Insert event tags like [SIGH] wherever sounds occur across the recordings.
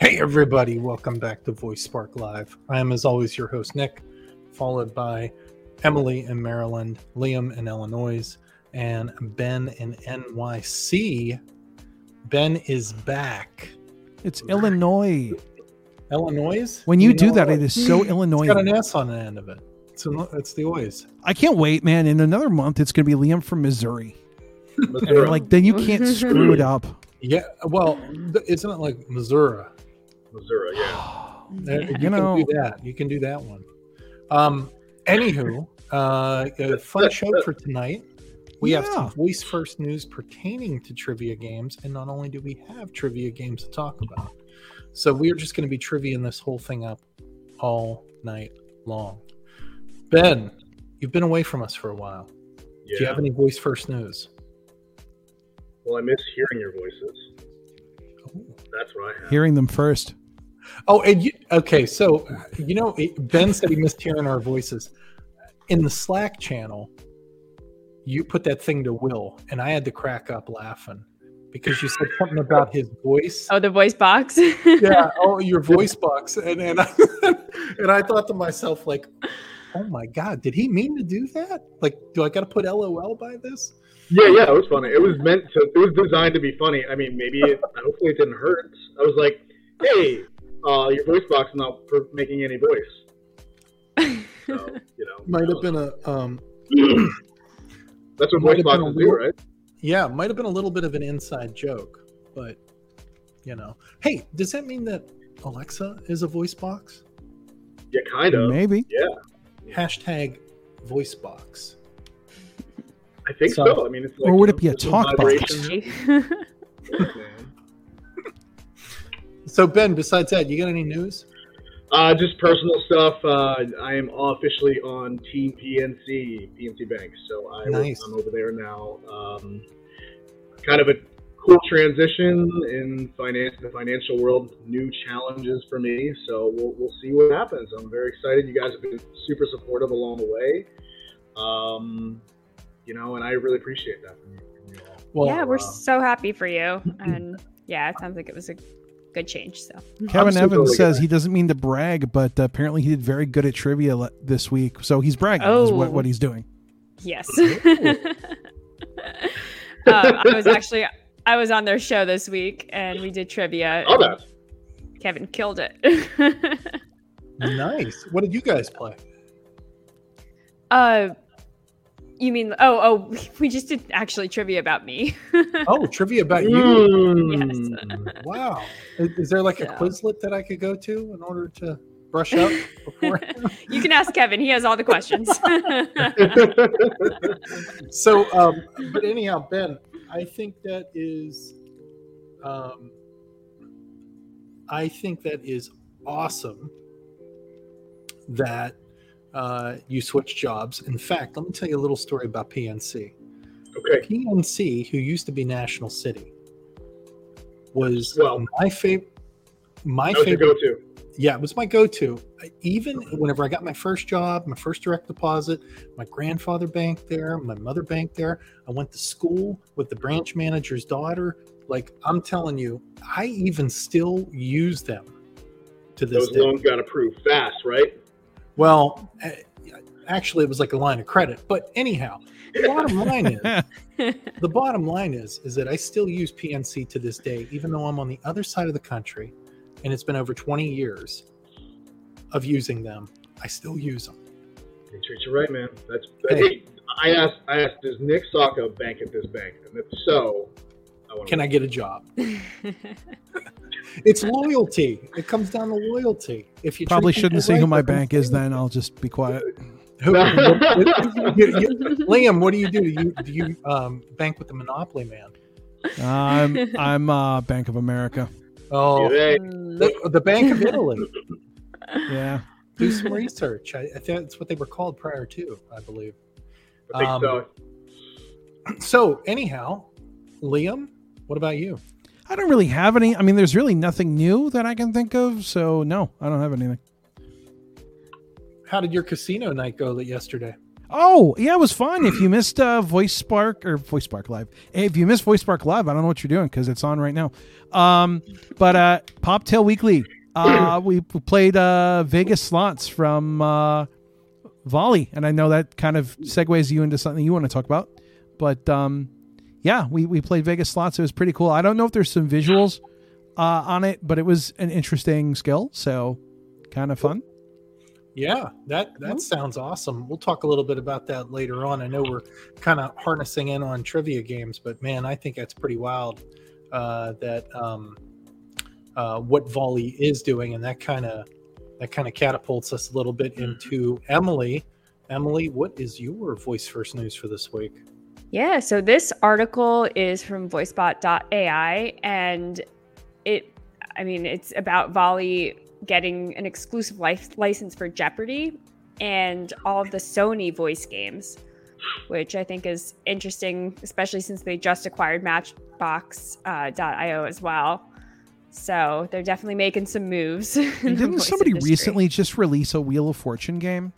Hey, everybody, welcome back to Voice Spark Live. I am, as always, your host, Nick, followed by Emily in Maryland, Liam in Illinois, and Ben in NYC. Ben is back. It's Illinois. Illinois? When you, do know that, what? it is so It's got Illinois. an S on the end of it. It's, an, it's the ois. I can't wait, man. In another month, it's going to be Liam from Missouri. And Missouri. I'm like, then you [LAUGHS] can't screw it up. [GASPS] yeah, well, th- isn't it like Missouri? Missouri, yeah. There- Yeah. You, You know. can do that. You can do that one. Um, anywho, uh, a fun show for tonight. We have Yeah. some voice first news pertaining to trivia games, and not only do we have trivia games to talk about, so we are just going to be triviaing this whole thing up all night long. Ben, you've been away from us for a while. yeah. Do you have any voice first news? well, I miss hearing your voices. That's what I have. Hearing them first. Oh, and you, okay. So, you know, it- Ben said he missed hearing our voices in the Slack channel. You put that thing to Will, and I had to crack up laughing because you said something about his voice. Oh, the voice box. [LAUGHS] Yeah, oh, your voice box, and and [LAUGHS] I, and I thought to myself like, oh my god, did he mean to do that? Like, do I got to put LOL by this? Yeah, yeah, it was funny. It was meant to. It was designed to be funny. I mean, maybe it, hopefully it didn't hurt. I was like, hey, uh, your voice box is not per- making any voice. [LAUGHS] So, you know, Might have been a um, That's what might have been voice a boxes do, little- right? Yeah, it might have been a little bit of an inside joke, but you know. Hey, does that mean that Alexa is a voice box? Yeah, kind of. Maybe. Hashtag voice box. I think so. So- I mean, it's like, Or would it you be a know, talk vibration. box? So Ben, besides that, you got any news? Uh, just personal stuff. Uh, I am officially on Team PNC, PNC Bank. So I, Nice. I'm over there now. Um, kind of a cool transition in finance, the financial world. New challenges for me. So we'll, we'll see what happens. I'm very excited. You guys have been super supportive along the way. Um, you know, and I really appreciate that from you, from you all. Well, yeah, we're wow. so happy for you. And yeah, it sounds like it was a good change. So Kevin so Evans totally says good. he doesn't mean to brag, but apparently he did very good at trivia le- this week. So he's bragging, is Oh. what, what he's doing. yes. [LAUGHS] um, I was actually I was on their show this week and we did trivia. Oh, that. Kevin killed it. [LAUGHS] nice. What did you guys play? uh you mean oh oh [LAUGHS] we just did actually trivia about me. Oh, trivia about you. Mm. Wow. Is, is there like a Yeah. Quizlet that I could go to in order to brush up before? [LAUGHS] you can ask Kevin, he has all the questions. [LAUGHS] [LAUGHS] so um but anyhow ben i think that is um i think that is awesome that uh, you switch jobs in fact let me tell you a little story about pnc okay. pnc who used to be national city was Well- my favorite my That was your favorite go-to. yeah, it was my go-to. I- Even whenever I got my first job, my first direct deposit, my grandfather banked there, my mother banked there. I went to school with the branch manager's daughter. Like I'm telling you, I even still use them to this Those day. loans got approved fast, right? Well, a- actually, it was like a line of credit. But anyhow, the bottom line is the bottom line is is that I still use PNC to this day, even though I'm on the other side of the country, and it's been over 20 years of using them. I still use them. They treat you right, man. That's hey. Hey. I asked. I asked, does Nick Saka bank at this bank? And if so, I want Can I get a job? It's loyalty. It comes down to loyalty. If you treat Probably people shouldn't see who right, my they're gonna bank is stay then. I'll just [LAUGHS] be quiet. with you. You- you- Liam, what do you do? Do you, do you um, bank with the Monopoly man? I'm, I'm uh, Bank of America. Oh, Hey, Mm. the, the Bank of Italy. Yeah. Do some research. I, I think that's what they were called prior to, I believe. [CLEARS THROAT] I think Um, so. So, anyhow, Liam, what about you? I don't really have any. I mean, there's really nothing new that I can think of. So, no, I don't have anything. How did your casino night go yesterday? Oh, yeah, it was fun. If you missed uh, Voice Spark or Voice Spark Live, if you missed Voice Spark Live, I don't know what you're doing because it's on right now. Um, but uh, Poptail Weekly, [CLEARS THROAT] uh, we p- played uh, Vegas Slots from uh, Volley, and I know that kind of segues you into something you want to talk about. But um, yeah, we, we played Vegas Slots. It was pretty cool. I don't know if there's some visuals uh, on it, but it was an interesting skill, so kind of fun. Yeah, that that sounds awesome. We'll talk a little bit about that later on. I know we're kind of harnessing in on trivia games, but man, I think that's pretty wild uh, that um, uh, what Volley is doing, and that kind of that kind of catapults us a little bit into Emily. Emily, what is your voice first news for this week? Yeah, so this article is from voicebot.ai and it I mean it's about Volley getting an exclusive life license for Jeopardy and all of the Sony voice games, which I think is interesting, especially since they just acquired uh, Matchbox.io as well. So they're definitely making some moves. [LAUGHS] in the And didn't voice somebody industry. recently just release a Wheel of Fortune game?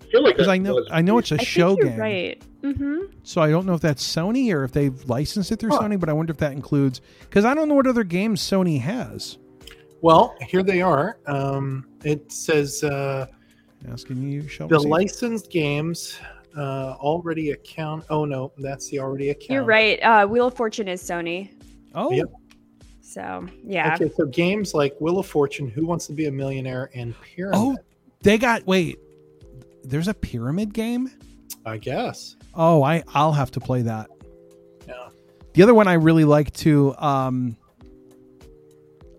I feel like Because that I know was- I know it's a I show think you're game, right? Mm-hmm. so I don't know if that's Sony or if they've licensed it through Huh. Sony. But I wonder if that includes because I don't know what other games Sony has. Well, here they are. Um, it says. Uh, Asking you, shall the we see? licensed games uh already account oh no that's the already account You're right. Uh, Wheel of Fortune is Sony. Oh, Yep. So yeah. okay so games like wheel of fortune who wants to be a millionaire and pyramid oh, they got wait. There's a pyramid game. i guess Oh, I I'll have to play that. yeah The other one I really like too. Um,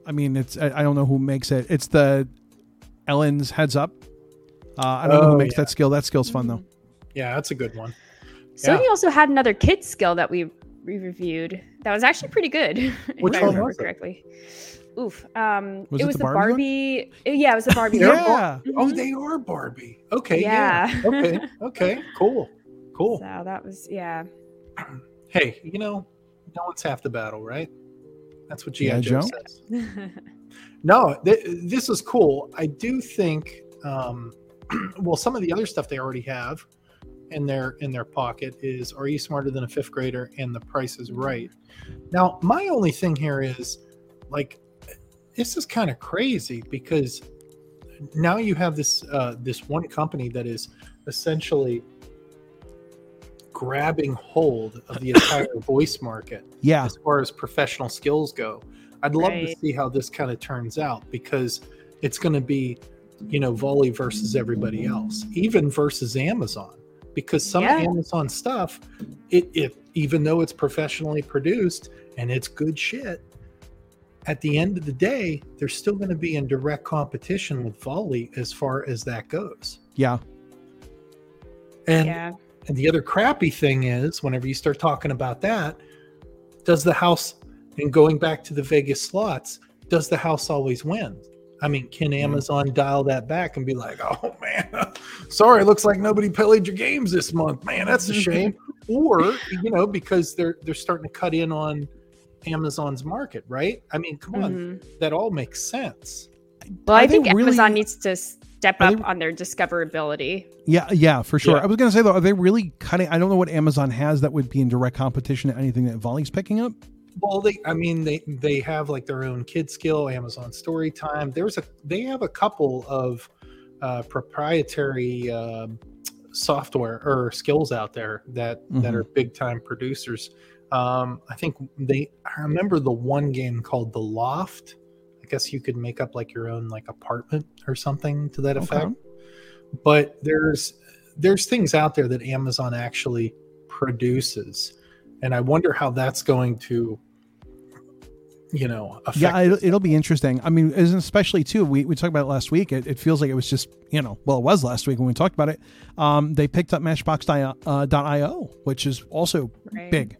I mean, it's I, I don't know who makes it. It's the Ellen's heads up. Uh, I don't know Oh, who makes yeah. that skill. That skill's fun though. yeah that's a good one Sony also had another kid skill that we we reviewed that was actually pretty good. Which if I one remember was it? correctly. Oof. Um, Was it, it was the the Barbie Barbie. Yeah, it was the Barbie. Yeah. one. oh Mhm. they are barbie okay yeah, Yeah. okay [LAUGHS] okay cool cool So that was yeah. [LAUGHS] hey you know no one's half the battle right that's what gi Yeah, joe Joe? says No, th- this is cool. I do think, um, [CLEARS THROAT] well, some of the other stuff they already have in their in their pocket is "Are you smarter than a fifth grader?" and "The Price is Right." Now, my only thing here is, like, this is kind of crazy because now you have this uh, this one company that is essentially grabbing hold of the entire voice market Yeah, as far as professional skills go. I'd love to Right. see how this kind of turns out because it's going to be, you know, volley versus everybody else, even versus Amazon, because some Yeah. Amazon stuff, it, it even though it's professionally produced and it's good shit, at the end of the day, they're still going to be in direct competition with volley as far as that goes. yeah. And yeah. and the other crappy thing is, whenever you start talking about that, does the house, and going back to the Vegas slots, does the house always win? I mean, can Amazon dial that back and be like, [LAUGHS] oh man, sorry, it looks like nobody played your games this month. Man, that's a shame. [LAUGHS] or, you know, because they're they're starting to cut in on Amazon's market, right? I mean, come on, Mhm. that all makes sense. Well, Are I they think really- Amazon needs to step Are up they- on their discoverability. Yeah, yeah, for sure. Yeah. I was gonna say though, are they really cutting? I don't know what Amazon has that would be in direct competition to anything that Volley's picking up. Well, they, I mean, they they have like their own kid skill, Amazon Story Time. There's a they have a couple of uh, proprietary um software or skills out there that that Mhm. are big time producers. Um, I think they. I remember the one game called The Loft. I guess you could make up like your own like apartment or something to that Okay. effect. But there's there's things out there that Amazon actually produces, and I wonder how that's going to, you know, affect. Yeah, it'll, it'll be interesting. I mean, as- especially too, we, we talked about it last week. It, it feels like it was just, you know, well, it was last week when we talked about it. Um, they picked up Matchbox.io, uh, dot .io, which is also Right. big.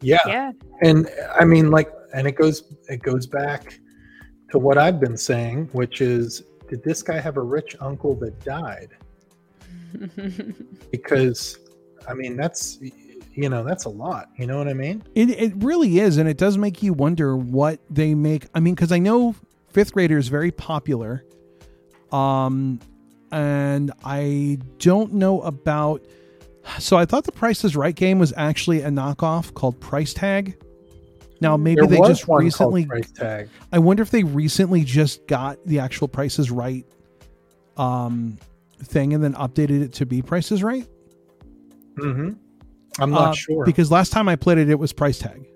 yeah, Yeah. and i mean like and it goes it goes back to what i've been saying which is did this guy have a rich uncle that died because i mean that's you know that's a lot you know what i mean It, it really is, and it does make you wonder what they make. I mean, because I know fifth grader is very popular, um, and I don't know about. So I thought the Price is Right game was actually a knockoff called Price Tag. Now maybe There they was just one called recently. price tag. I wonder if they recently just got the actual Price is Right um, thing and then updated it to be Price is Right. hmm I'm not Uh, sure Because last time I played it, it was Price Tag.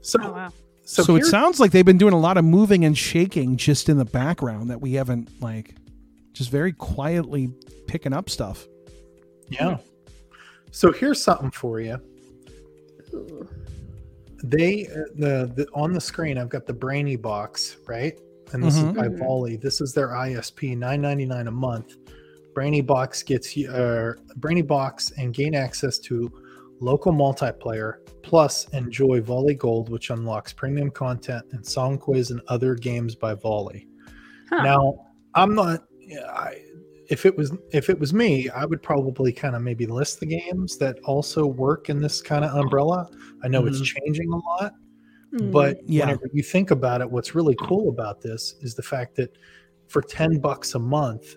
so [LAUGHS] Oh wow. so, So, it here's- sounds like they've been doing a lot of moving and shaking just in the background that we haven't like just very quietly picking up stuff. yeah. So here's something for you. Ooh. They uh, the, the on the screen I've got the Brainy box right, and this Mhm. is by Volley. This is their ISP, nine ninety nine a month. Brainy box gets you uh, Brainy box and gain access to local multiplayer. Plus, enjoy Volley Gold, which unlocks premium content and song quiz and other games by Volley. Huh. Now, I'm not. yeah, I, if it was if it was me, I would probably kind of maybe list the games that also work in this kind of umbrella. I know it's Mhm. changing a lot, Mm. but Yeah. whenever you think about it, what's really cool about this is the fact that for ten bucks a month,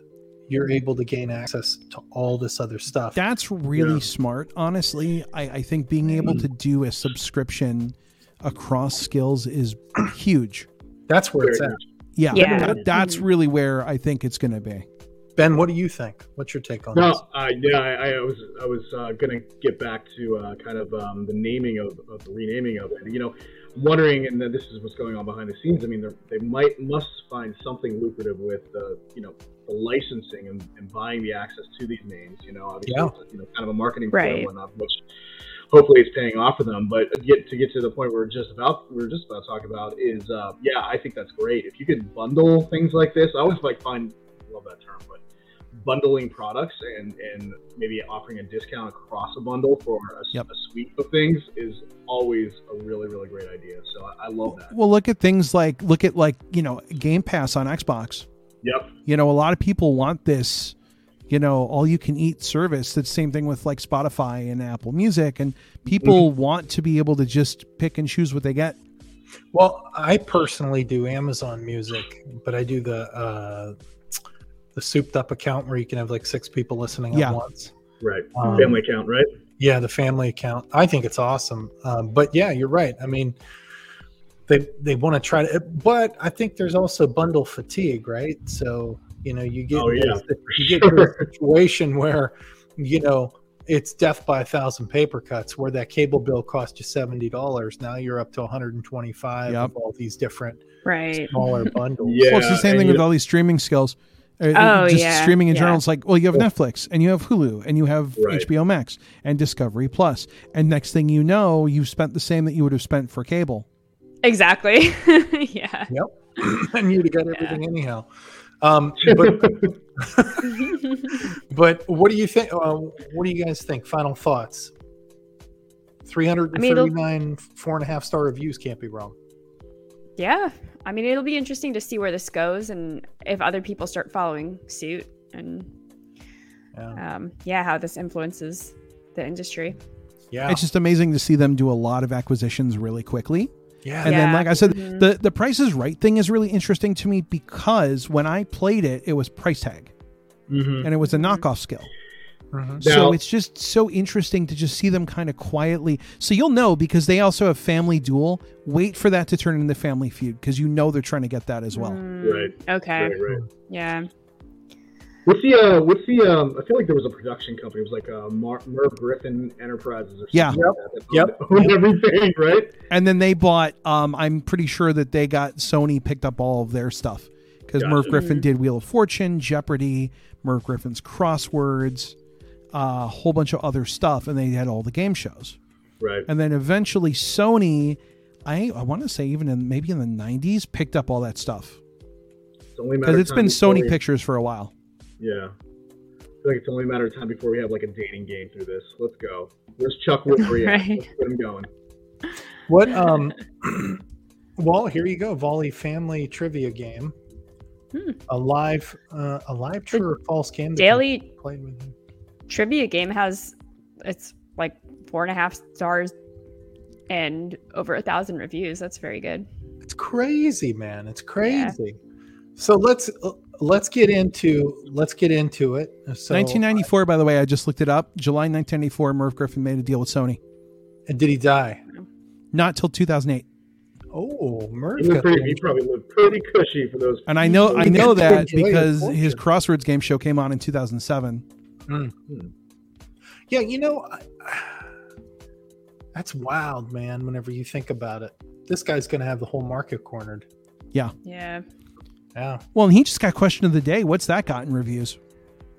you're able to gain access to all this other stuff. That's really Yeah. smart, honestly. I, I think being able to do a subscription across skills is [CLEARS THROAT] huge. That's where it's Very at. Yeah, Yeah. that- that's really where I think it's going to be. Ben, what do you think? What's your take on this? No, uh, yeah, I, I was I was uh, gonna get back to uh, kind of um, the naming of, of the renaming of it. You know, I'm wondering, and this is what's going on behind the scenes. I mean, they're- they might must find something lucrative with uh, you know the licensing and, and buying the access to these names. You know, obviously, Yeah. it's, you know, kind of a marketing Right. plan, whatnot, which hopefully it's paying off for them. But to get to get to the point we're just about we're just about to talk about is uh, yeah, I think that's great. If you could bundle things like this, I always like find love that term, but bundling products and and maybe offering a discount across a bundle for a, s- Yep. a suite of things is always a really really great idea. So I, I love that. Well, look at things like look at like, you know, Game Pass on Xbox. Yep. you know a lot of people want this you know all you can eat service that's same thing with like spotify and apple music and people Mm-hmm. want to be able to just pick and choose what they get Well, I personally do Amazon Music, but I do the uh, the souped up account where you can have like six people listening Yeah. at once. Right. Um, Family account, right? Yeah, the family account. I think it's awesome. Um, but yeah, you're right. I mean, they they want to try to, but I think there's also bundle fatigue, right? So you know, you get Oh, yeah, you get to [LAUGHS] a situation where you know it's death by a thousand paper cuts, where that cable bill cost you seventy dollars. Now you're up to 125 Yep. of all these different Mm-hmm. right. smaller bundles. Yeah. well it's the same and thing you- with all these streaming skills Uh, Oh, just yeah, streaming in yeah. general it's like well you have netflix and you have hulu and you have Right. hbo max and discovery plus and next thing you know you've spent the same that you would have spent for cable Exactly. [LAUGHS] yeah. [LAUGHS] and you'd have got everything anyhow. Um, but but what do you think? Uh, what do you guys think? Final thoughts. Three hundred and it'll- thirty-nine, four and a half star reviews can't be wrong. Yeah. I mean, it'll be interesting to see where this goes and if other people start following suit and Yeah, um, yeah, how this influences the industry. yeah, it's just amazing to see them do a lot of acquisitions really quickly yeah. And then, Yeah. like I said, Mhm. the the Price is Right thing is really interesting to me because when I played it, it was price tag Mm-hmm. and it was a Mhm. knockoff skill. Mhm. so Now- it's just so interesting to just see them kind of quietly. So you'll know because they also have Family Duel. Wait for that to turn into Family Feud because you know they're trying to get that as Mm-hmm. well. Mm, Okay. Right, right. Yeah. What's the uh, what's the um? I feel like there was a production company. It was like uh, Mar- Merv Griffin Enterprises or something. Yeah. Like that, that Yep. Owned everything, right? And then they bought. Um, I'm pretty sure that they got Sony picked up all of their stuff because Merv Gotcha. Mm-hmm. Griffin Mhm. did Wheel of Fortune, Jeopardy, Merv Griffin's Crosswords, a whole bunch of other stuff, and they had all the game shows. Right. and then eventually Sony, I I want to say even in maybe in the '90s picked up all that stuff It's only a matter because of it's time been before Sony we- Pictures for a while. Yeah. I feel like it's only a matter of time before we have like a dating game through this. Let's go. Where's Chuck [LAUGHS] Woolery at? Right. Let's get him going. What? Um, [CLEARS THROAT] well, here you go. Volley family trivia game. Hmm. A live, uh, a live true or false game. that can Daily be played with you. trivia game has it's like four and a half stars and over a thousand reviews. That's very good. It's crazy, man. It's crazy. So let's uh, let's get into let's get into it. So, 1994, by the way, I just looked it up. July 1994, Merv Griffin made a deal with Sony. And did he die? Not till 2008. Oh, Merv. He, was got pretty, the- he probably lived pretty cushy for those. And I know I He know got that to enjoy because his his fortune. Crossroads game show came on in 2007. Yeah, you know, I, [SIGHS] that's wild, man. Whenever you think about it, this guy's going to have the whole market cornered. Yeah. Yeah, Well, and he just got question of the day. What's that got in reviews?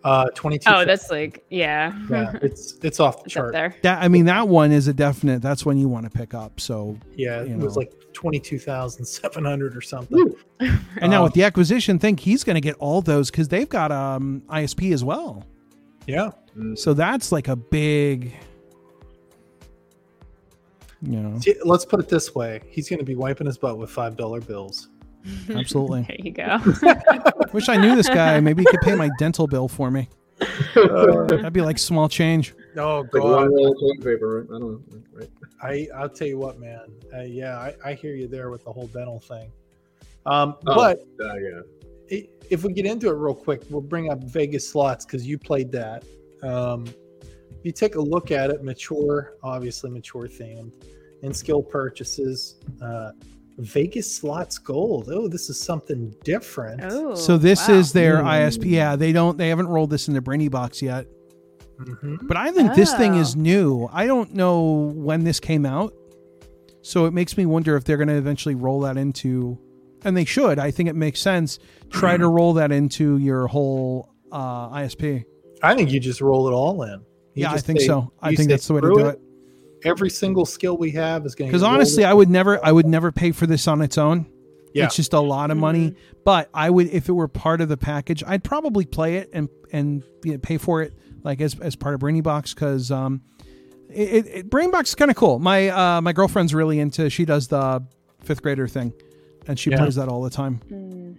uh, twenty-two. Oh, that's like yeah. [LAUGHS] yeah, it's it's off the it's up chart. there. That I mean, that one is a definite. That's one you want to pick up. So, Yeah, it You was know. like twenty-two thousand seven hundred or something. and now Uh, with the acquisition thing, he's going to get all those because they've got um ISP as well. Yeah, So that's like a big, you [LAUGHS] know, See, let's put it this way: he's going to be wiping his butt with five-dollar bills. absolutely. [LAUGHS] There you go. Wish I knew this guy. Maybe he could pay my dental bill for me. Uh, That'd be like small change. Oh [LAUGHS] like one roll of toilet paper, right? I don't know. Right? I I'll tell you what, man. Uh, yeah, I, I hear you there with the whole dental thing. Um, Oh. but Uh, yeah. i- if we get into it real quick, we'll bring up Vegas slots because you played that. Um, if you take a look at it, mature, obviously mature themed, and skill purchases. Uh, Vegas slots gold. Oh, this is something different. oh, [LAUGHS] So this wow. is their Ooh. ISP. Yeah, they don't. They haven't rolled this in the brainy box yet. Mhm. But I think this thing Oh. is new. I don't know when this came out, so it makes me wonder if they're going to eventually roll that into. And they should. I think it makes sense. Try to roll that into your whole uh, ISP. I think Hmm. you just roll it all in. You yeah, I just think say- so. I you think say that's the way to screw do it. Every single skill we have is going to Because honestly, I would never, I would never pay for this on its own. Yeah. Mm-hmm. It's just a lot of money. But I would, if it were part of the package, I'd probably play it and and you know, pay for it like as as part of Brainy Box because um, it, it, it Brainy Box is kind of cool. My uh my girlfriend's really into. She does the fifth grader thing, and she Yeah. plays that all the time. Hmm.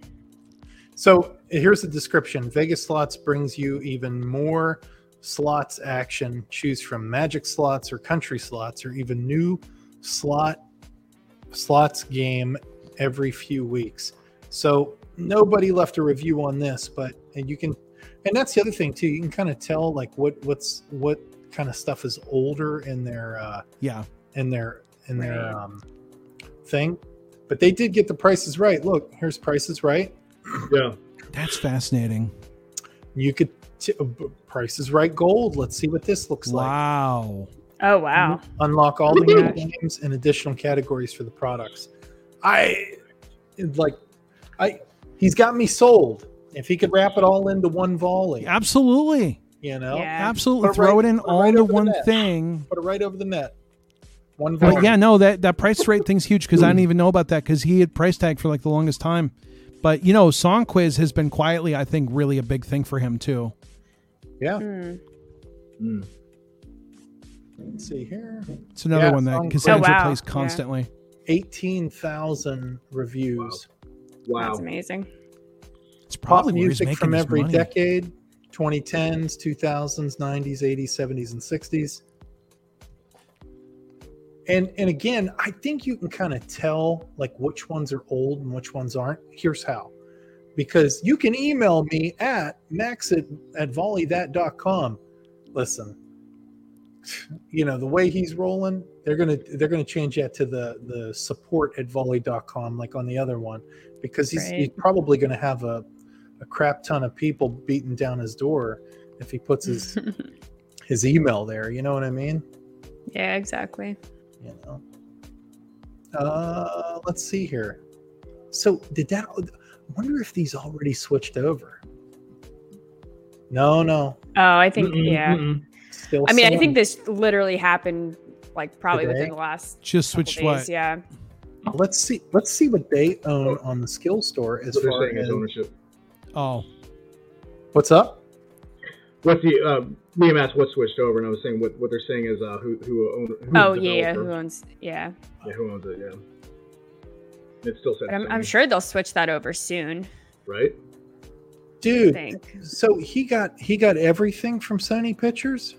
So here's the description Vegas slots brings you even more slots action. Choose from magic slots or country slots or even new slot slots game every few weeks. So nobody left a review on this, but and you can and that's the other thing too. You can kind of tell like what what's what kind of stuff is older in their uh Yeah, in their in Right. their um thing. But they did get the prices right. Look, here's prices right. Yeah. that's fascinating. You could t- uh, b- Price is Right Gold. Let's see what this looks like. Wow. Oh wow. Unlock all the new Woohoo. games and additional categories for the products. I it's like. I he's got me sold. If he could wrap it all into one volley, Absolutely. you know, Yeah. Absolutely. Put it Throw right- it in put it all right into over the one net. thing. put it right over the net. One volley. But yeah, no, that that price rate thing's huge because I didn't even know about that because he had price tag for like the longest time. But you know, Song Quiz has been quietly, I think, really a big thing for him too. yeah. Hmm. Mm. Let's see here, It's another Yeah, one that Song Quiz. Cassandra Oh, wow. plays Yeah. constantly. eighteen thousand reviews. Wow. That's amazing. It's Pop probably where he's music making from his every money. decade: 2010s, 2000s, 90s, 80s, 70s, and 60s. And and again, I think you can kind of tell like which ones are old and which ones aren't. Here's how. Because you can email me at max at, at volleythat.com. Listen, you know, the way he's rolling, they're gonna they're gonna change that to the the support at volley.com like on the other one, because he's, he's Right. probably gonna have a, a crap ton of people beating down his door if he puts [LAUGHS] his his email there. You know what I mean? yeah, exactly. you know. Uh, let's see here. So did that? I wonder if these already switched over. No, no. Oh, I think yeah. Still. I mean, I same. think this literally happened like probably Today? within the last Just couple switched days. what? Yeah. Let's see. Let's see what they own on the skill store as That's Oh. what far they're saying as is ownership. Oh, what's up. What's the uh, Liam asked what switched over, and I was saying what, what they're saying is uh, who who owns. Who's Oh the yeah, yeah. Who developer. owns? Yeah. yeah, who owns it? Yeah. It still says. But I'm, I'm Sony, sure they'll switch that over soon. Right. I Dude, think so he got he got everything from Sony Pictures.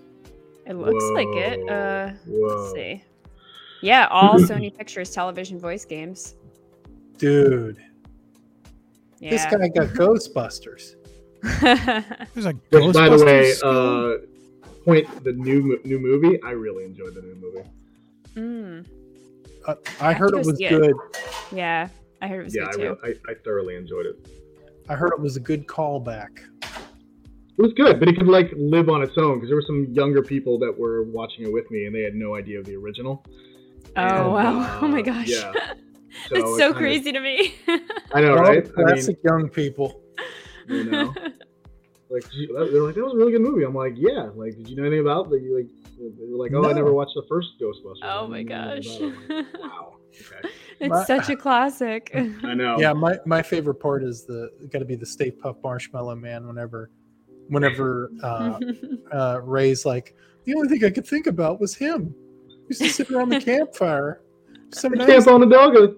it looks like it. Whoa, Uh, Whoa. let's see. Yeah, all Sony Pictures television voice games. Dude, This guy [LAUGHS] got Ghostbusters. guy. There's a Which, by the way, Ghostbusters uh, point the new mo- new movie. I really enjoyed the new movie. mm, Uh, I heard it Just was yet. good. yeah, I heard it was Yeah, I, good too. really, I I thoroughly enjoyed it. I heard it was a good callback. It was good, but it could like live on its own because there were some younger people that were watching it with me and they had no idea of the original. Oh And, wow! [LAUGHS] oh my uh, gosh, yeah. that's it so kinda- crazy to me. I know, Oh, right? I mean, Classic young people. you know, like gee, that- they're like that was a really good movie. I'm like, yeah. Like, did you know anything about? Like, you, like they were like, oh, I No. never watched the first Ghostbusters. [LAUGHS] oh I my didn't know anything gosh, about it. I'm like, wow. Okay. [LAUGHS] it's My- such a classic. [LAUGHS] [LAUGHS] I know. Yeah, my, my favorite part is the got to be the Stay Puff Marshmallow Man. Whenever, whenever [LAUGHS] uh, uh, Ray's like, the only thing I could think about was him. We used to sit around the campfire. Some The nice. Camp on the dog.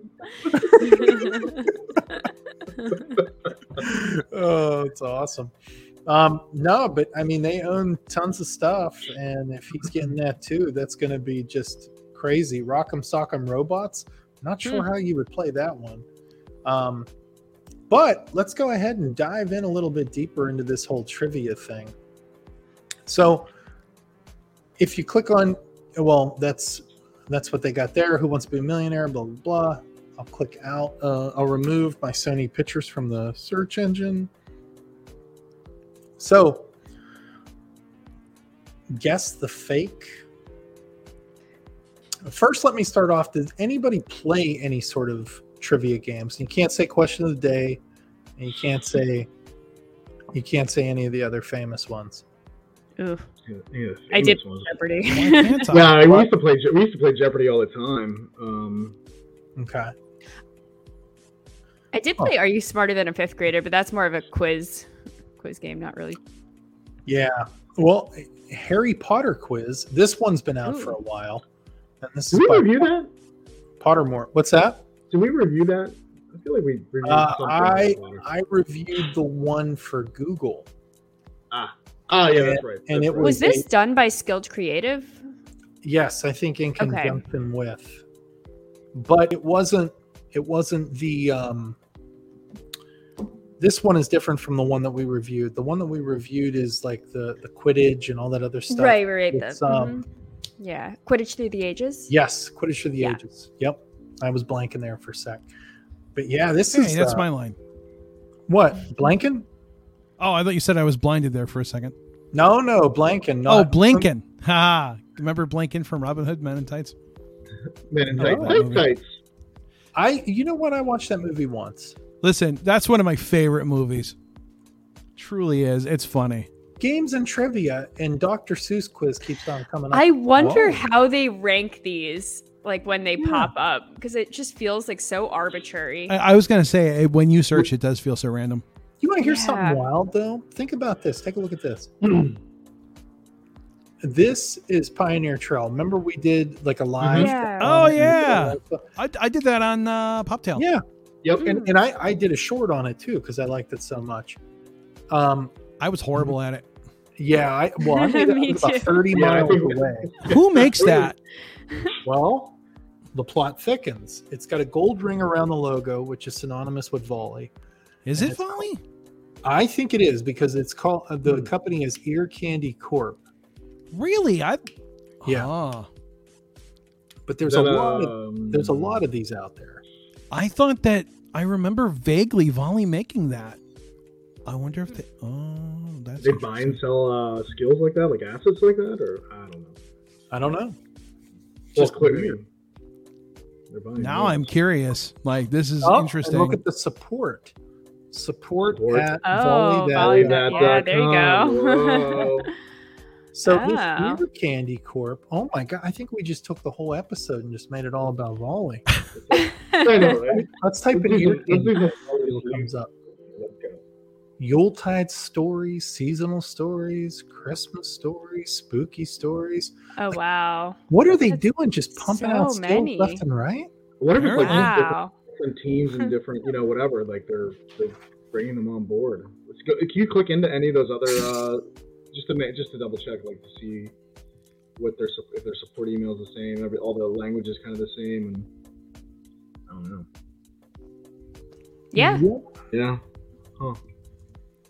oh, it's awesome. Um, no, but I mean, they own tons of stuff, and if he's getting that too, that's going to be just crazy. Rock'em Sock'em Robots. Not sure how you would play that one. Um, but let's go ahead and dive in a little bit deeper into this whole trivia thing. So, if you click on, well, that's that's what they got there. Who wants to be a millionaire? Blah blah blah. I'll click out. Uh, I'll remove my Sony pictures from the search engine. So, guess the fake. First, let me start off. Does anybody play any sort of trivia games? You can't say question of the day, and you can't say you can't say any of the other famous ones. Ooh, Yeah, I did famous ones. Why Jeopardy. can't I? Yeah, I- we used to play. Je- We used to play Jeopardy all the time. Um, Okay. I did play Are You Smarter Than a Fifth Grader, but that's more of a quiz quiz game, not really. Yeah. Well, Harry Potter quiz. This one's been out Ooh. for a while, and this did is we by review that? Pottermore. What's that? Did we review that? I feel like we reviewed Uh, something. I- about it. I reviewed the one for Google. Oh yeah, that's right. and that's it right. Was Was this it- done by Skilled Creative? Yes, I think in conjunction with, but it wasn't. It wasn't the. Um, this one is different from the one that we reviewed. The one that we reviewed is like the the Quidditch and all that other stuff. right, right. It's, the- um, mhm. Yeah, Quidditch Through the Ages. Yes, Quidditch of the Yeah. Ages. Yep, I was blanking there for a sec. But yeah, this Hey, is that's uh, my line. what blanking. Oh, I thought you said I was blinded there for a second. No, no, Blanken. Oh, Not Blinken. Ha! Remember Blinken from Robin Hood Men in Tights? Men in Oh, Tights. that Tights, [CLEARS THROAT] movie. Tights. I. You know what? I watched that movie once. Listen, that's one of my favorite movies. Truly is. It's funny. Games and trivia and Dr. Seuss quiz keeps on coming up. I wonder Whoa. how they rank these, like when they pop up, because it just feels like so arbitrary. I, I was gonna say eh, when you search, it does feel so random. You want to hear Yeah. something wild though? Think about this. Take a look at this. this is Pioneer Trail. Remember we did like a live. Um, Yeah. Oh, yeah. I, I did that on uh, Poptail. Yeah. Yep. Mm. And, and I, I did a short on it too because I liked it so much. Um, I was horrible Mm-hmm. at it. yeah, I well, [LAUGHS] I made it Me I was about too. thirty Yeah, I miles think- away. Who makes that? Well, the plot thickens. It's got a gold ring around the logo, which is synonymous with volley. Is it Volley? I think it is because it's called uh, the Hmm. company is Ear Candy Corp. Really? I. Yeah. Ah. But there's Then, a lot of um, there's a lot of these out there. I thought that I remember vaguely Volley making that. I wonder if they. Oh, that's. They buy and interesting. sell uh, skills like that, like assets like that, or I don't know. I don't know. Well, Just clear- weird. They're buying Now I'm things. curious. Like this is Oh, and interesting. Look at the support. Support, Support. at Oh, volley Valley. Volley Valley. Yeah, there [LAUGHS] you go. Whoa. So this Oh. Ear Candy Corp. Oh my god! I think we just took the whole episode and just made it all about volley. [LAUGHS] I know, right? Let's type in Let's do Ear the- let's [LAUGHS] Candy. do the- Corp, see what comes up. Let's go. Yuletide stories, seasonal stories, Christmas stories, spooky stories. oh [LAUGHS] wow! What are they That's doing? Just pumping so out skills many. left and right? I wonder if it's like Wow. different- Wow! different teams [LAUGHS] and different, you know, whatever. Like they're like bringing them on board. Let's go. Can you click into any of those other uh, just to make just to double check, like to see what their sup- if their support email is the same, every all the language is kind of the same, and I don't know. Yeah, Yep. Yeah, Huh.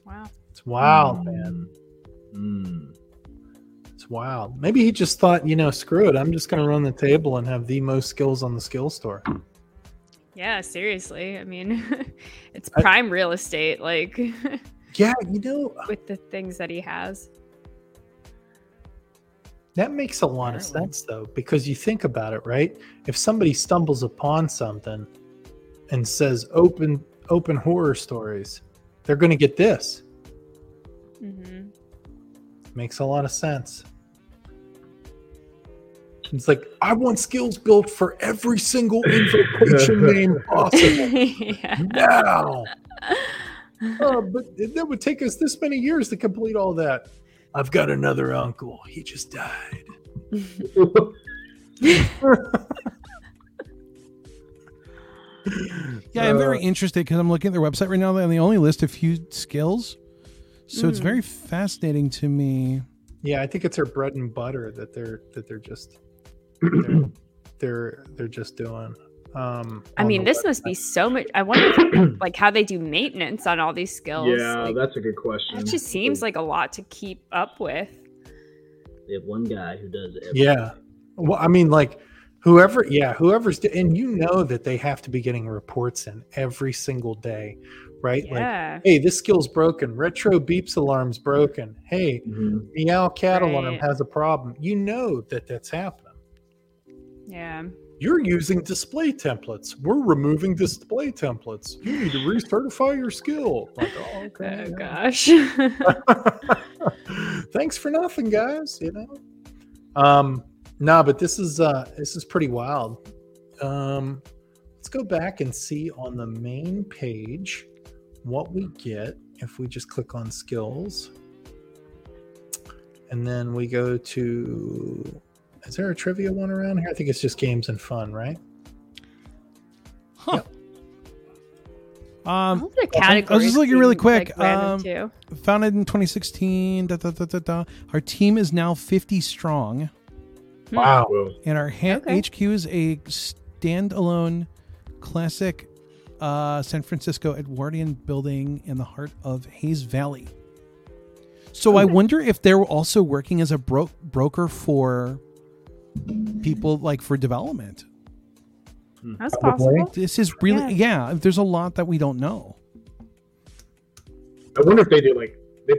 Wow. It's wild, Hmm. man. [LAUGHS] Mm. It's wild. Maybe he just thought, you know, screw it. I'm just going to run the table and have the most skills on the skill store. Yeah, seriously. I mean, [LAUGHS] it's I- prime real estate, like [LAUGHS] Yeah, you know, with the things that he has. that makes a lot of Apparently. sense, though, because you think about it, right? If somebody stumbles upon something and says open open horror stories, they're going to get this. hmm Makes a lot of sense. It's like I want skills built for every single invocation name [LAUGHS] possible yeah. now. Uh, but it- that would take us this many years to complete all that. I've got another uncle. He just died. Yeah, I'm uh, very interested because I'm looking at their website right now. and they only list a few skills, so Hmm. it's Mm. very fascinating to me. Yeah, I think it's their bread and butter that they're that they're [CLEARS THROAT] just they're they're, they're just doing. Um, I on mean, the this must be so much. I wonder, [CLEARS THROAT] if, like, how they do maintenance on all these skills. Yeah, like, that's a good question. that just seems like a lot to keep up with. They have one guy who does everything. Yeah. Well, I mean, like whoever, yeah, whoever's, do- and you know that they have to be getting reports in every single day, right? Like, Yeah. hey, this skill's broken. Retro beeps alarm's broken. Hey, Mhm. meow cat alarm Right. has a problem. You know that that's happening. Yeah. You're using display templates. We're removing display templates. You need to recertify your skill. Like, oh, okay. Oh, yeah. gosh. [LAUGHS] oh. [LAUGHS] thanks for nothing guys you know um nah but this is uh this is pretty wild um let's go back and see on the main page what we get if we just click on skills and then we go to is there a trivia one around here i think it's just games and fun right Huh. Um, I All the was just categories looking really seem, quick, like, random, um, too. founded in 2016. Da, da, da, da, da. Our team is now 50 strong, Hmm. Oh. Well, and our ha- Okay. HQ is a standalone, classic, uh, San Francisco Edwardian building in the heart of Hayes Valley. So I wonder if they're also working as a bro- broker for people like for development. That's Probably. possible. This is really yeah. there's a lot that we don't know. I wonder if they do like they,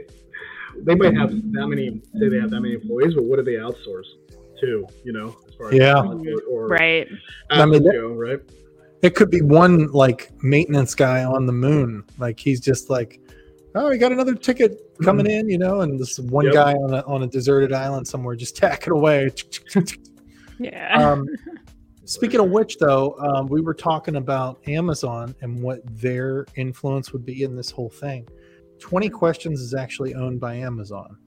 they might have that many. Say they have that many employees, but what do they outsource to? You know, as far as Yeah. or, or Right. I mean, assets go, right? It could be one like maintenance guy on the moon. Like he's just like, oh, we got another ticket coming Mm-hmm. in, you know, and this one Yep. guy on a on a deserted island somewhere just [LAUGHS] tacking [LAUGHS] away. Yeah. um, speaking of which, though, um, we were talking about Amazon and what their influence would be in this whole thing. Twenty Questions is actually owned by Amazon.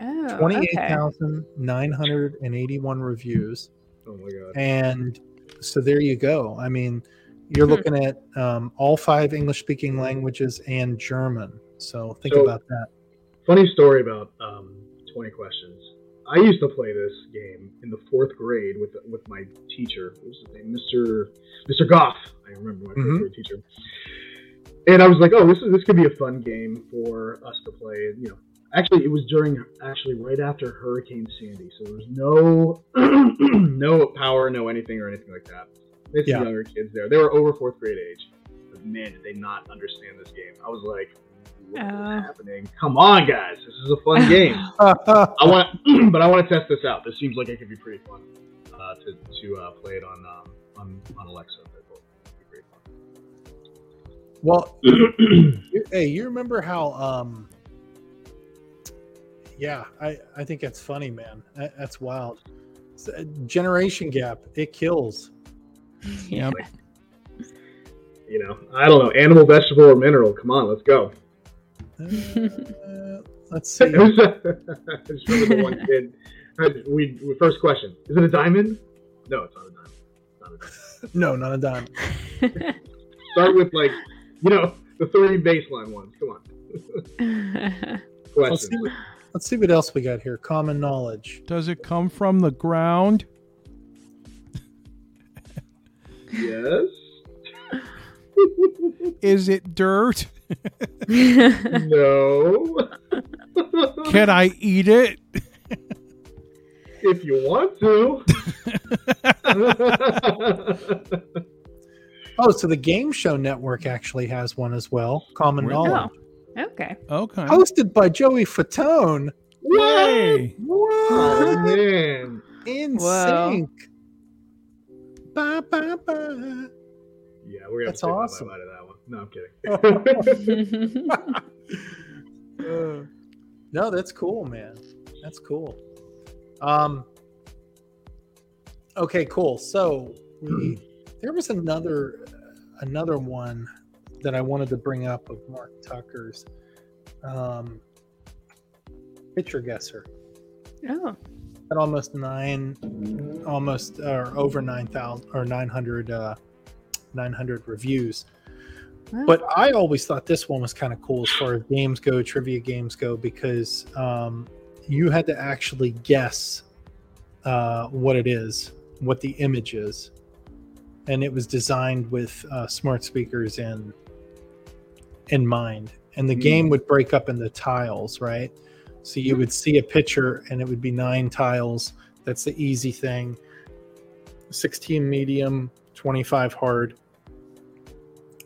oh, Twenty-eight okay. [LAUGHS] thousand nine hundred and eighty-one reviews. Oh my god. And so there you go. I mean, you're Hmm. looking at um, all five English speaking languages and German. So think So- about that. Funny story about um, 20 questions. I used to play this game in the fourth grade with with my teacher. What was his name? Mr. Mr. Goff. I remember my Mhm. fourth grade teacher. And I was like, oh, this is this could be a fun game for us to play. You know, actually, it was during actually right after Hurricane Sandy, so there was no [CLEARS THROAT] no power, no anything or anything like that. There's Yeah. some younger kids there. They were over fourth grade age. But man, did they not understand this game? I was like, what is Oh. happening? Come on, guys, this is a fun game. I want, [CLEARS THROAT] but I want to test this out. This seems like it could be pretty fun uh, to to uh, play it on um, on on Alexa. That'd be pretty fun. [LAUGHS] well, you- hey, you remember how? Um, yeah, I, I think that's funny, man. That, that's wild. S- uh, Generation gap, it kills. Yeah. [CLEARS THROAT] You know, I don't know, animal, vegetable, or mineral. Come on, let's go. [LAUGHS] Uh, let's see. It was, [LAUGHS] I just remember the one kid. I- We, we first question: Is it a diamond? No, it's not a diamond. It's not a diamond. No, not a dime. Start with like, you know, the three baseline ones. Come on, Let's see, questions. what- let's see what else we got here. Common knowledge. Does it come from the ground? Yes. Is it dirt? no. Can I eat it? if you want [LAUGHS] to. Oh, so the Game Show Network actually has one as well. Common Really? Knowledge. [LAUGHS] Oh, okay. [LAUGHS] Okay. Hosted by Joey Fatone. Yay. Oh, What? man. [LAUGHS] In Wow. sync. Ba, ba, ba. Yeah, we're going That's to have to awesome. take my out of that one. No, I'm kidding. [LAUGHS] No, that's cool, man. That's cool. Um. Okay, cool. So we, there was another another one that I wanted to bring up of Mark Tucker's um, picture guesser oh, at almost nine, almost or over nine thousand or nine hundred uh, nine hundred reviews. wow. But I always thought this one was kind of cool as far as games go, trivia games go, because um, you had to actually guess uh, what it is, what the image is. And it was designed with uh, smart speakers in in mind. And the Hmm. game would break up into tiles, right? So you would see a picture and it would be nine tiles. That's the easy thing. 16 medium, 25 hard.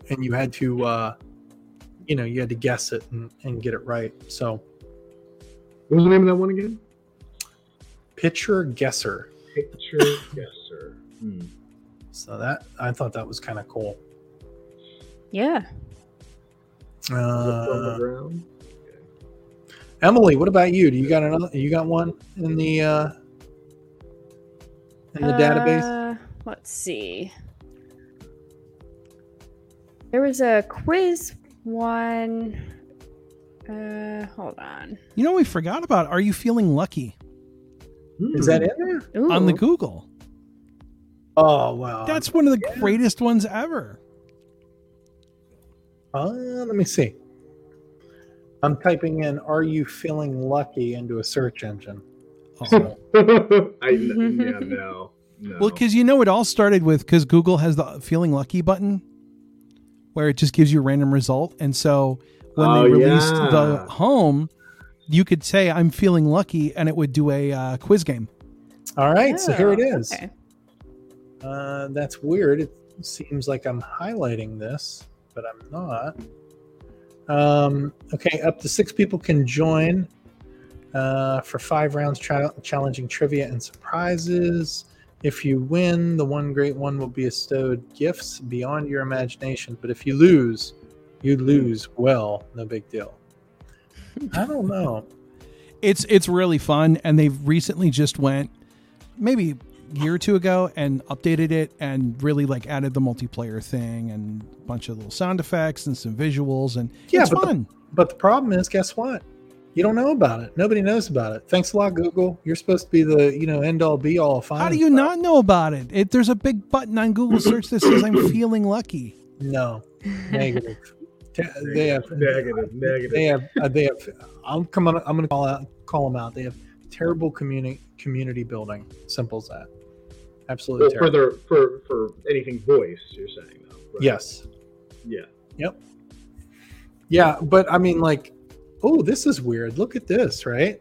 And you had to, uh, you know, you had to guess it and, and get it right. So, What was the name of that one again? picture guesser. Picture guesser. Hmm. So that I thought that was kind of cool. yeah. Lift on the Uh, ground. Emily, what about you? Do you got another? You got one in the uh, in the database? Uh, Let's see. There was a quiz one. Uh, hold on. You know, we forgot about Are You Feeling Lucky Is that in there? Ooh. on the Google. Oh wow, That's one of the greatest ones ever. Uh, let me see. I'm typing in "Are you feeling lucky?" into a search [LAUGHS] engine. Oh. [LAUGHS] I kn- yeah, no. no. Well, because you know, it all started with because Google has the feeling lucky button where it just gives you a random result. And so when Oh, they released yeah. the home, you could say, I'm feeling lucky, and it would do a uh, quiz game. All right, so here it is. Oh, Okay. Uh, that's weird. It seems like I'm highlighting this, but I'm not. Um, okay, up to six people can join uh, for five rounds tra- challenging trivia and surprises. If you win, the one great one will be bestowed gifts beyond your imagination. But if you lose, you lose. Well, no big deal. I don't know. It's it's really fun, and they've recently just went maybe a year or two ago and updated it and really like added the multiplayer thing and a bunch of little sound effects and some visuals and Yeah, it's but the- fun. But the problem is, guess what? You don't know about it. Nobody knows about it. Thanks a lot, Google. You're supposed to be the you know end all be all. Fine. How do you not know about it? it? There's a big button on Google search that says I'm feeling lucky. No, [LAUGHS] negative. Te- they have Negative, negative. They have uh, they have. I'm coming. I'm going to call out call them out. They have terrible community community building. Simple as that. Absolutely Well, for, terrible. their, for, for anything voice, you're saying, though. right? Yes. Yeah. Yeah, but I mean, like, oh, this is weird. Look at this, right?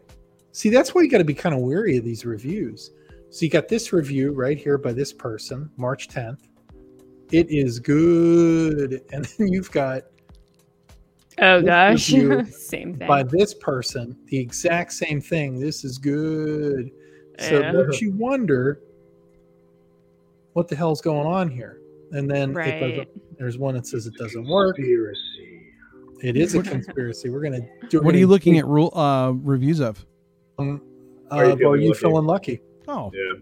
See, that's why you got to be kind of wary of these reviews. So you got this review right here by this person, March 10th. It is good. And [LAUGHS] then you've got Oh This gosh. review [LAUGHS] Same thing. by this person the exact same thing. This is good. So [LAUGHS] Yeah. don't you wonder what the hell's going on here? And then it right. doesn't, there's one that says it doesn't work. Conspiracy. It is a conspiracy. We're gonna do. What are you looking at rule uh, reviews of? Um, Are you uh, well, feeling you lucky? feeling lucky? Oh, Yeah.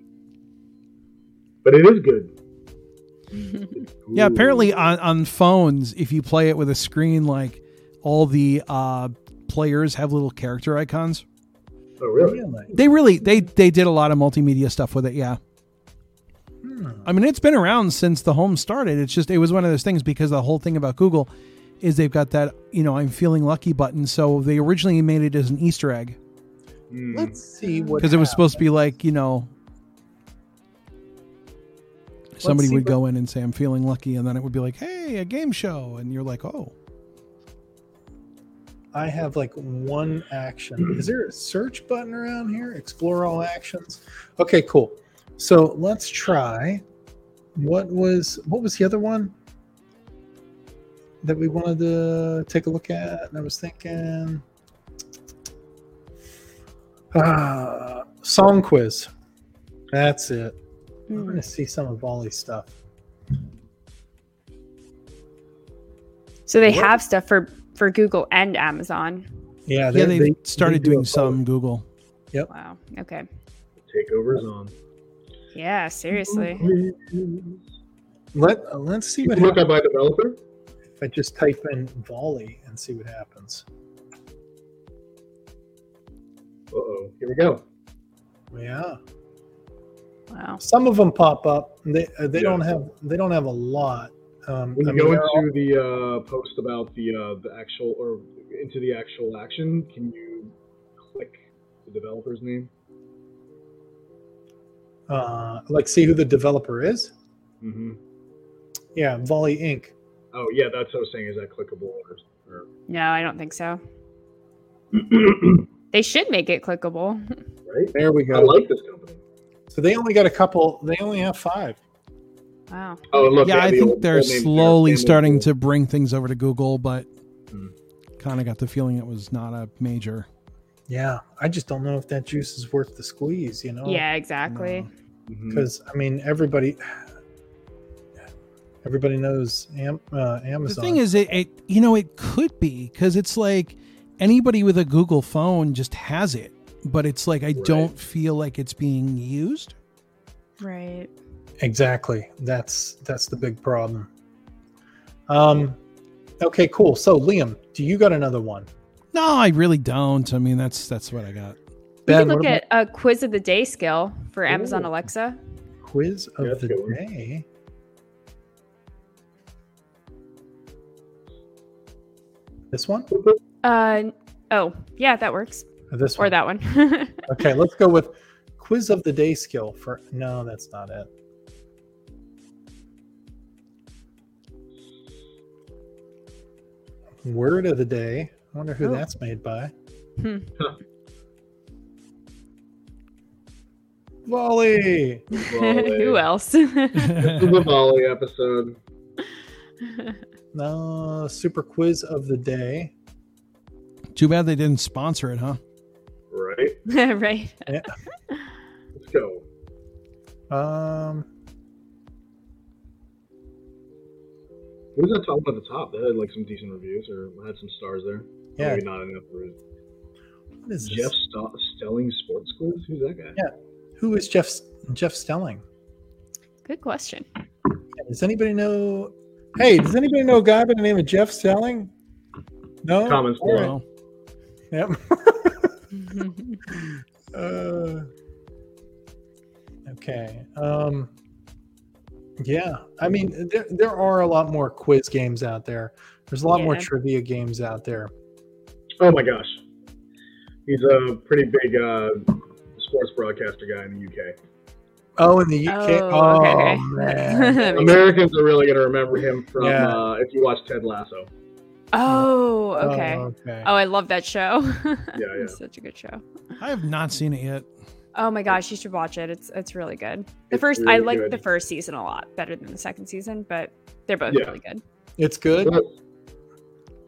But it is good. yeah. Ooh. Apparently on, on phones, if you play it with a screen, like all the uh, players have little character icons. Oh, really? Really? They really they they did a lot of multimedia stuff with it. Yeah, Hmm. I mean it's been around since the home started. It's just it was one of those things because the whole thing about Google is they've got that you know I'm feeling lucky button. So they originally made it as an Easter egg Hmm. Let's see what because it was happens. supposed to be like you know Somebody see would what- go in and say, "I'm feeling lucky," and then it would be like, "Hey, a game show," and you're like, "Oh, I have like one action. Is there a search button around here? Explore all actions. Okay, cool. So let's try. What was what was the other one that we wanted to take a look at? And I was thinking, ah, song quiz. That's it. I'm Mm. gonna see some of Ollie's stuff. So they What? have stuff for for Google and Amazon. Yeah, yeah." they- They, they- started they do doing a some Google. Wow. Okay. Takeovers on. Yeah. Seriously. Let uh, let's see what Look happens up by developer. if I just type in volley and see what happens. Uh oh. Here we go. Yeah. Wow. some of them pop up they uh, they Yeah. don't have they don't have a lot um When I you mean, go they're all- into the uh, post about the uh, the actual or into the actual action, can you click the developer's name? uh like see who the developer is Mm-hmm. yeah volley inc Oh yeah, that's what I was saying. Is that clickable or? or [CLEARS THROAT] No, I don't think so. They should make it clickable. right. there we I go like this company. so they only got a couple they only have five Wow. Oh, and look, they yeah, have I the think old- they're old names there, slowly Family starting Feud. to bring things over to Google, but Hmm. kind of got the feeling it was not a major. yeah i just don't know if that juice is worth the squeeze you know Yeah. Exactly. No. Mhm. because i mean everybody [SIGHS] everybody knows Am- uh, amazon The thing is, it, it you know it could be because it's like anybody with a Google phone just has it, but it's like I Right. don't feel like it's being used. Right. Exactly. That's that's the big problem. Um okay, cool. So Liam, do you got another one? No, I really don't. I mean, that's that's what I got. We Ben, could look what about at a quiz of the day skill for Amazon Ooh. Alexa. quiz of That's the a good one. day? This one? Uh. Oh. Yeah. That works. Or this Or one? that one. [LAUGHS] Okay, let's go with quiz of the day skill for no, that's not it. Word of the day. I wonder who Oh. that's made by. Hmm. Volley. [LAUGHS] Who else? [LAUGHS] This is a volley episode. No, super quiz of the day. [LAUGHS] Too bad they didn't sponsor it, huh? Right. right. Let's go. Um, What was that top at the top? That had like some decent reviews or had some stars there. Yeah. Maybe not enough reviews. what is this? Jeff St- Stelling Sports Quiz? Who's that guy? Yeah. Who is Jeff Jeff Stelling? Good question. Does anybody know? Hey, does anybody know a guy by the name of Jeff Stelling? No. Comments All right. below. Well, Yep. Uh, okay. Um, yeah, I mean, there, there are a lot more quiz games out there. There's a lot more Yeah. trivia games out there. Oh my gosh. He's a pretty big uh, sports broadcaster guy in the [LAUGHS] UK. Oh, in the UK. Oh, Oh, okay, okay. man. Americans are really going to remember him from Yeah. uh, if you watch Ted Lasso. [LAUGHS] oh. Oh, [LAUGHS] Okay. okay. Oh, I love that show. um, [LAUGHS] Yeah, yeah. It's such a good show. I have not seen it yet. Oh my gosh, you should watch it. It's it's really good. The It's first I really like good. the first season a lot better than the second season, but they're both Yeah. really good. It's good. Well,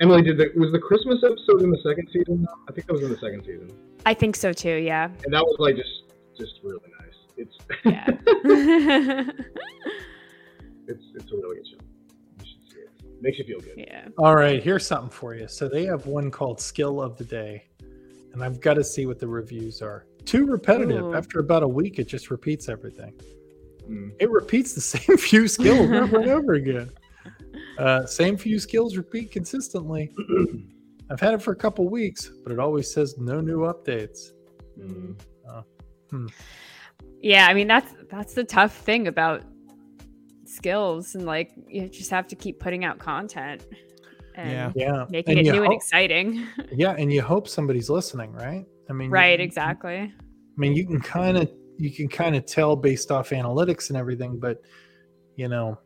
Emily, did the, was the Christmas episode in the second season? I think that was in the second season, I think so too, yeah. and that was like just just really nice. It's Yeah. [LAUGHS] it's it's a really good show. You should see it. Makes you feel good. [LAUGHS] yeah. All right, here's something for you. So they have one called Skill of the Day, and I've got to see what the reviews are. Too repetitive. Ooh. After about a week, it just repeats everything. Mm. [CLEARS THROAT] It repeats the [LAUGHS] same few skills over and over [LAUGHS] again. Uh, same few skills repeat consistently. I've had it for a couple weeks, but it always says no new updates. Mm. Yeah, I mean that's that's the tough thing about skills and like you just have to keep putting out content and Yeah. Yeah, making And it you new and hope- Mm-hmm. exciting. yeah, and you hope somebody's listening, right? I mean, you- right, you- exactly. I mean, you can kind of you can kind of tell based off analytics and everything, but you know,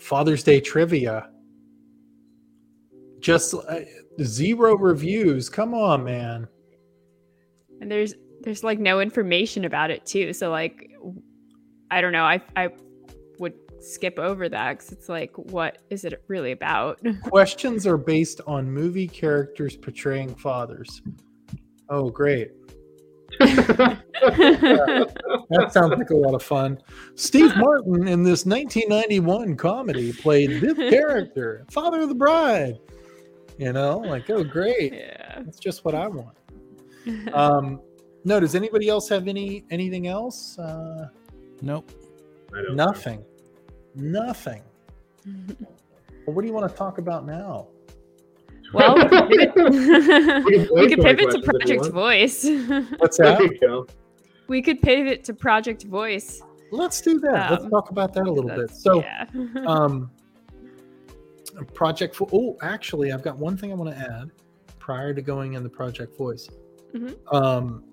Father's Day trivia. Just uh, zero reviews. Come on, man. And there's there's like no information about it too. So like, I don't know. I I would skip over that because it's like, what is it really about? [LAUGHS] Questions are based on movie characters portraying fathers. Oh, great. that sounds like a lot of fun. Steve Martin in this 1991 comedy played this character, father of the bride. You know, like oh great, yeah. that's just what I [LAUGHS] want. Um, no, does anybody else have any anything else? Uh, Nope. I don't know. nothing, nothing. Well, what do you want to talk about now? well, we could [LAUGHS] pivot, we play could some pivot questions if to you Project want. Voice. [LAUGHS] What's There that? you go. we could pivot to Project Voice. Let's do that. Let's Um, talk about that a little bit. That's- So. yeah. [LAUGHS] um project for oh actually i've got one thing i want to add prior to going in the project voice Mhm. um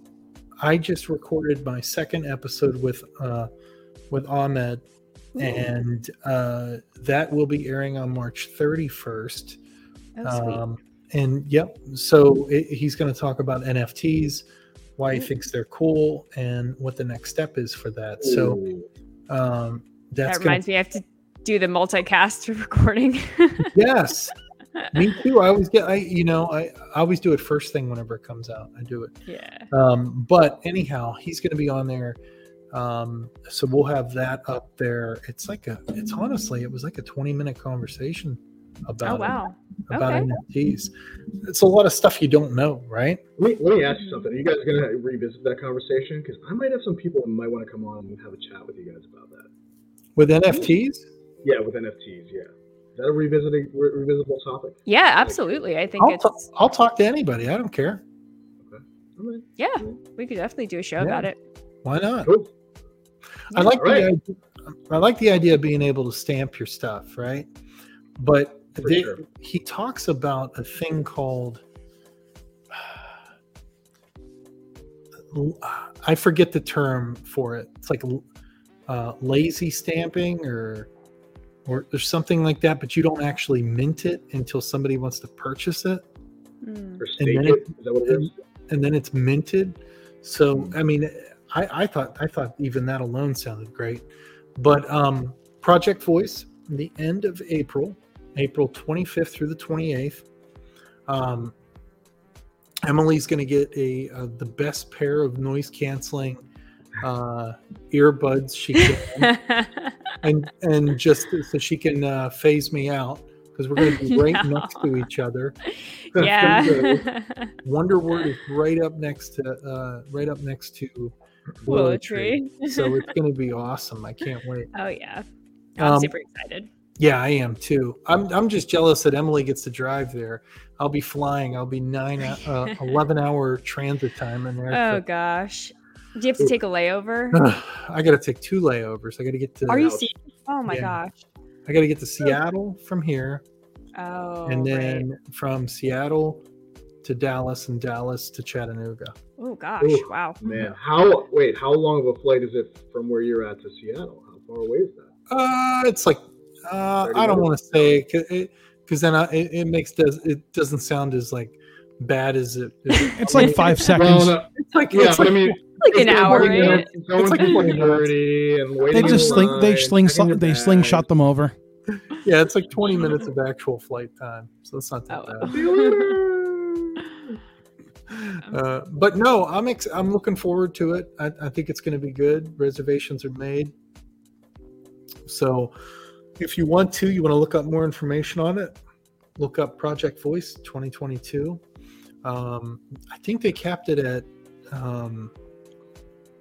i just recorded my second episode with uh with ahmed and uh that will be airing on march 31st oh, um, sweet. and yep so it, he's going to talk about nfts why he thinks they're cool and what the next step is for that so Ooh. um that's that gonna reminds me, I have to do the multicast [LAUGHS] recording. yes [LAUGHS] me too i always get i you know I, I always do it first thing whenever it comes out i do it yeah. um but anyhow he's going to be on there um so we'll have that up there it's like a it's honestly it was like a 20 minute conversation about Oh it- wow. about Okay. nfts it's a lot of stuff you don't know right Let me, let me ask you something. Are you guys going to revisit that conversation? Because I might have some people that might want to come on and have a chat with you guys about that. with Mm-hmm. nfts Yeah, with NFTs, yeah. Is that a revisiting, re- revisable topic? Yeah, absolutely. I think I'll, it's ta- I'll talk to anybody i don't care All right, yeah. We could definitely do a show Yeah. about it. why not cool. I like Right. the idea, I like the idea of being able to stamp your stuff, right? But For they- sure. he talks about a thing called [SIGHS] I forget the term for it. It's like uh, lazy stamping or or there's something like that, but you don't actually mint it until somebody wants to purchase it Mm. Or stake then it. it- Is that what it is? and then it's minted. So I mean, I, I thought I thought even that alone sounded great. But um, Project Voice, the end of April, April 25th through the 28th. Um, Emily's going to get a uh, the best pair of noise canceling uh, earbuds she [LAUGHS] can, and and just so she can uh, phase me out because we're going to be right No. next to each other. [LAUGHS] yeah. Wonder Word is right up next to uh, right up next to Willow tree. so [LAUGHS] it's going to be awesome. I can't wait. Oh yeah. I'm Um, super excited. Yeah, I am too. I'm I'm just jealous that Emily gets to drive there. I'll be flying. I'll be nine hou- [LAUGHS] uh, eleven hour transit time in Oh there. gosh. Do you have to take a layover? Oh. [CLEARS THROAT] I got to take two layovers. I got to get to Are you Ouch. serious? Oh my Yeah. gosh. I got to get to Seattle from here, Oh. and right. then from Seattle to Dallas, and Dallas to Chattanooga. Oh gosh. Ooh, wow. Man, how, wait, how long of a flight is it from where you're at to Seattle? How far away is that? Uh, it's like uh, 30 I don't minutes. want to say because then I, it, it makes does it doesn't sound as like bad as it. [LAUGHS] as it- It's like five seconds. no. [LAUGHS] It's like Yeah, it's but like, I mean, Like an it's hour, like, you know, right? going It's like through 20 minutes. security and They waiting just in sling. They line, sling. checking your They bags. slingshot them over. [LAUGHS] yeah, it's like twenty minutes of actual flight time, so it's not that Oh. bad. [LAUGHS] Uh, but no, I'm ex- I'm looking forward to it. I, I think it's going to be good. Reservations are made, so if you want to, you want to look up more information on it. Look up Project Voice 2022. Um, I think they capped it at um,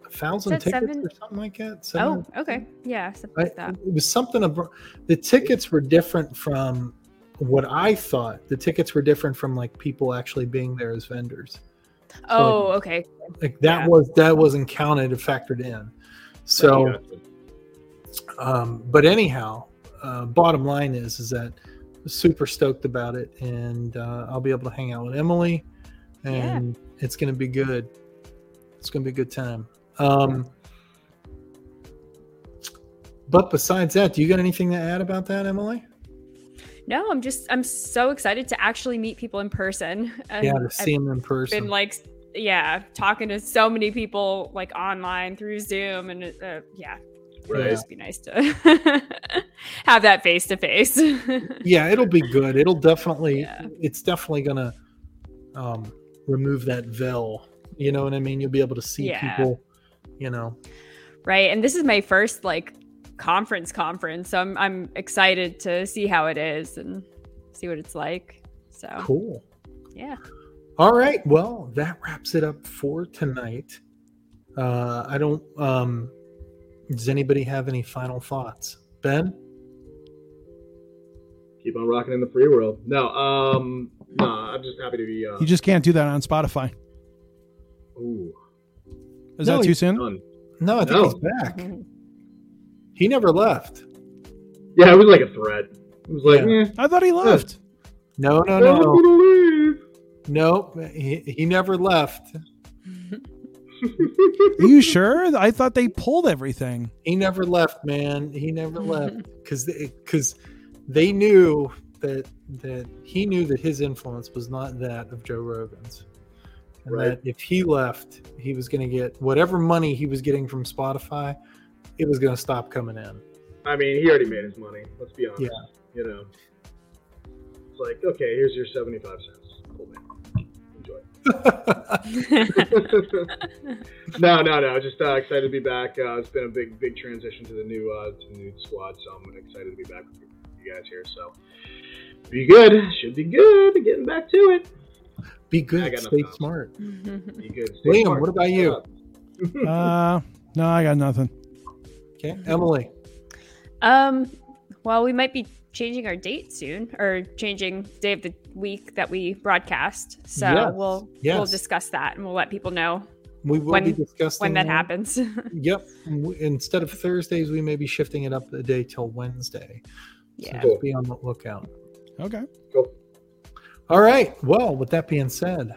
a thousand Is that tickets seven? or something like that. Oh, Seven- okay. Yeah, something I- like that. it was something about the tickets were different from what I thought. The tickets were different from like people actually being there as vendors. Oh, okay. Like that Yeah. was that wasn't counted and factored in. So, um, but anyhow, uh, bottom line is is that I'm super stoked about it, and uh, I'll be able to hang out with Emily, and it's gonna be good. It's gonna be a good time. Um, But besides that, do you got anything to add about that, Emily? No, I'm just I'm so excited to actually meet people in person. [LAUGHS] And yeah, to see I've them in person. been like yeah, talking to so many people like online through Zoom and uh, yeah, it would Right. just be nice to [LAUGHS] have that face to face. yeah, it'll [LAUGHS] be good. It'll definitely Yeah. it's definitely gonna um remove that veil. You know what I mean? You'll be able to see Yeah. people, you know. [LAUGHS] Right. And this is my first like conference conference. So I'm I'm excited to see how it is and see what it's like. So Cool. yeah. All right. Well, that wraps it up for tonight. Uh I don't um does anybody have any final thoughts? Ben? Keep on rocking in the free world. No, um, no, I'm just happy to be. Uh, You just can't do that on Spotify. ooh, Is No, that you- too soon? done. No, I think No. he's back. He never left. Yeah, it was like a threat. It was like, eh, I thought he left. No, no, I'm [LAUGHS] no. gonna leave. No, he, he never left. Are you sure? I thought they pulled everything. He never left, man. He never [LAUGHS] left because because they knew that that he knew that his influence was not that of Joe Rogan's, and Right. that if he left, he was going to get whatever money he was getting from Spotify. It was going to stop coming in. [LAUGHS] I mean, he already made his money. Let's be honest. Yeah. You know, it's like, okay, here's your seventy-five cents. Cool, man. Enjoy. [LAUGHS] no, no, no. Just uh, excited to be back. Uh, it's been a big, big transition to the new, uh, to the new squad. So I'm excited to be back with you guys here. So be good. Should be good. Getting back to it. Be I good, got stay nothing. smart. [LAUGHS] [LAUGHS] Be good. Stay Liam, smart. what about you? [LAUGHS] Uh, no, I got nothing. Okay, Emily. um well we might be changing our date soon or changing day of the week that we broadcast. So Yes, we'll we'll yes. discuss that and we'll let people know We will When- be discussing when that happens. [LAUGHS] Yep. W- Instead of Thursdays, we may be shifting it up a day till Wednesday. So yeah. just be on the lookout. Okay. All right. Well, with that being said,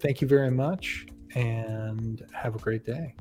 thank you very much and have a great day.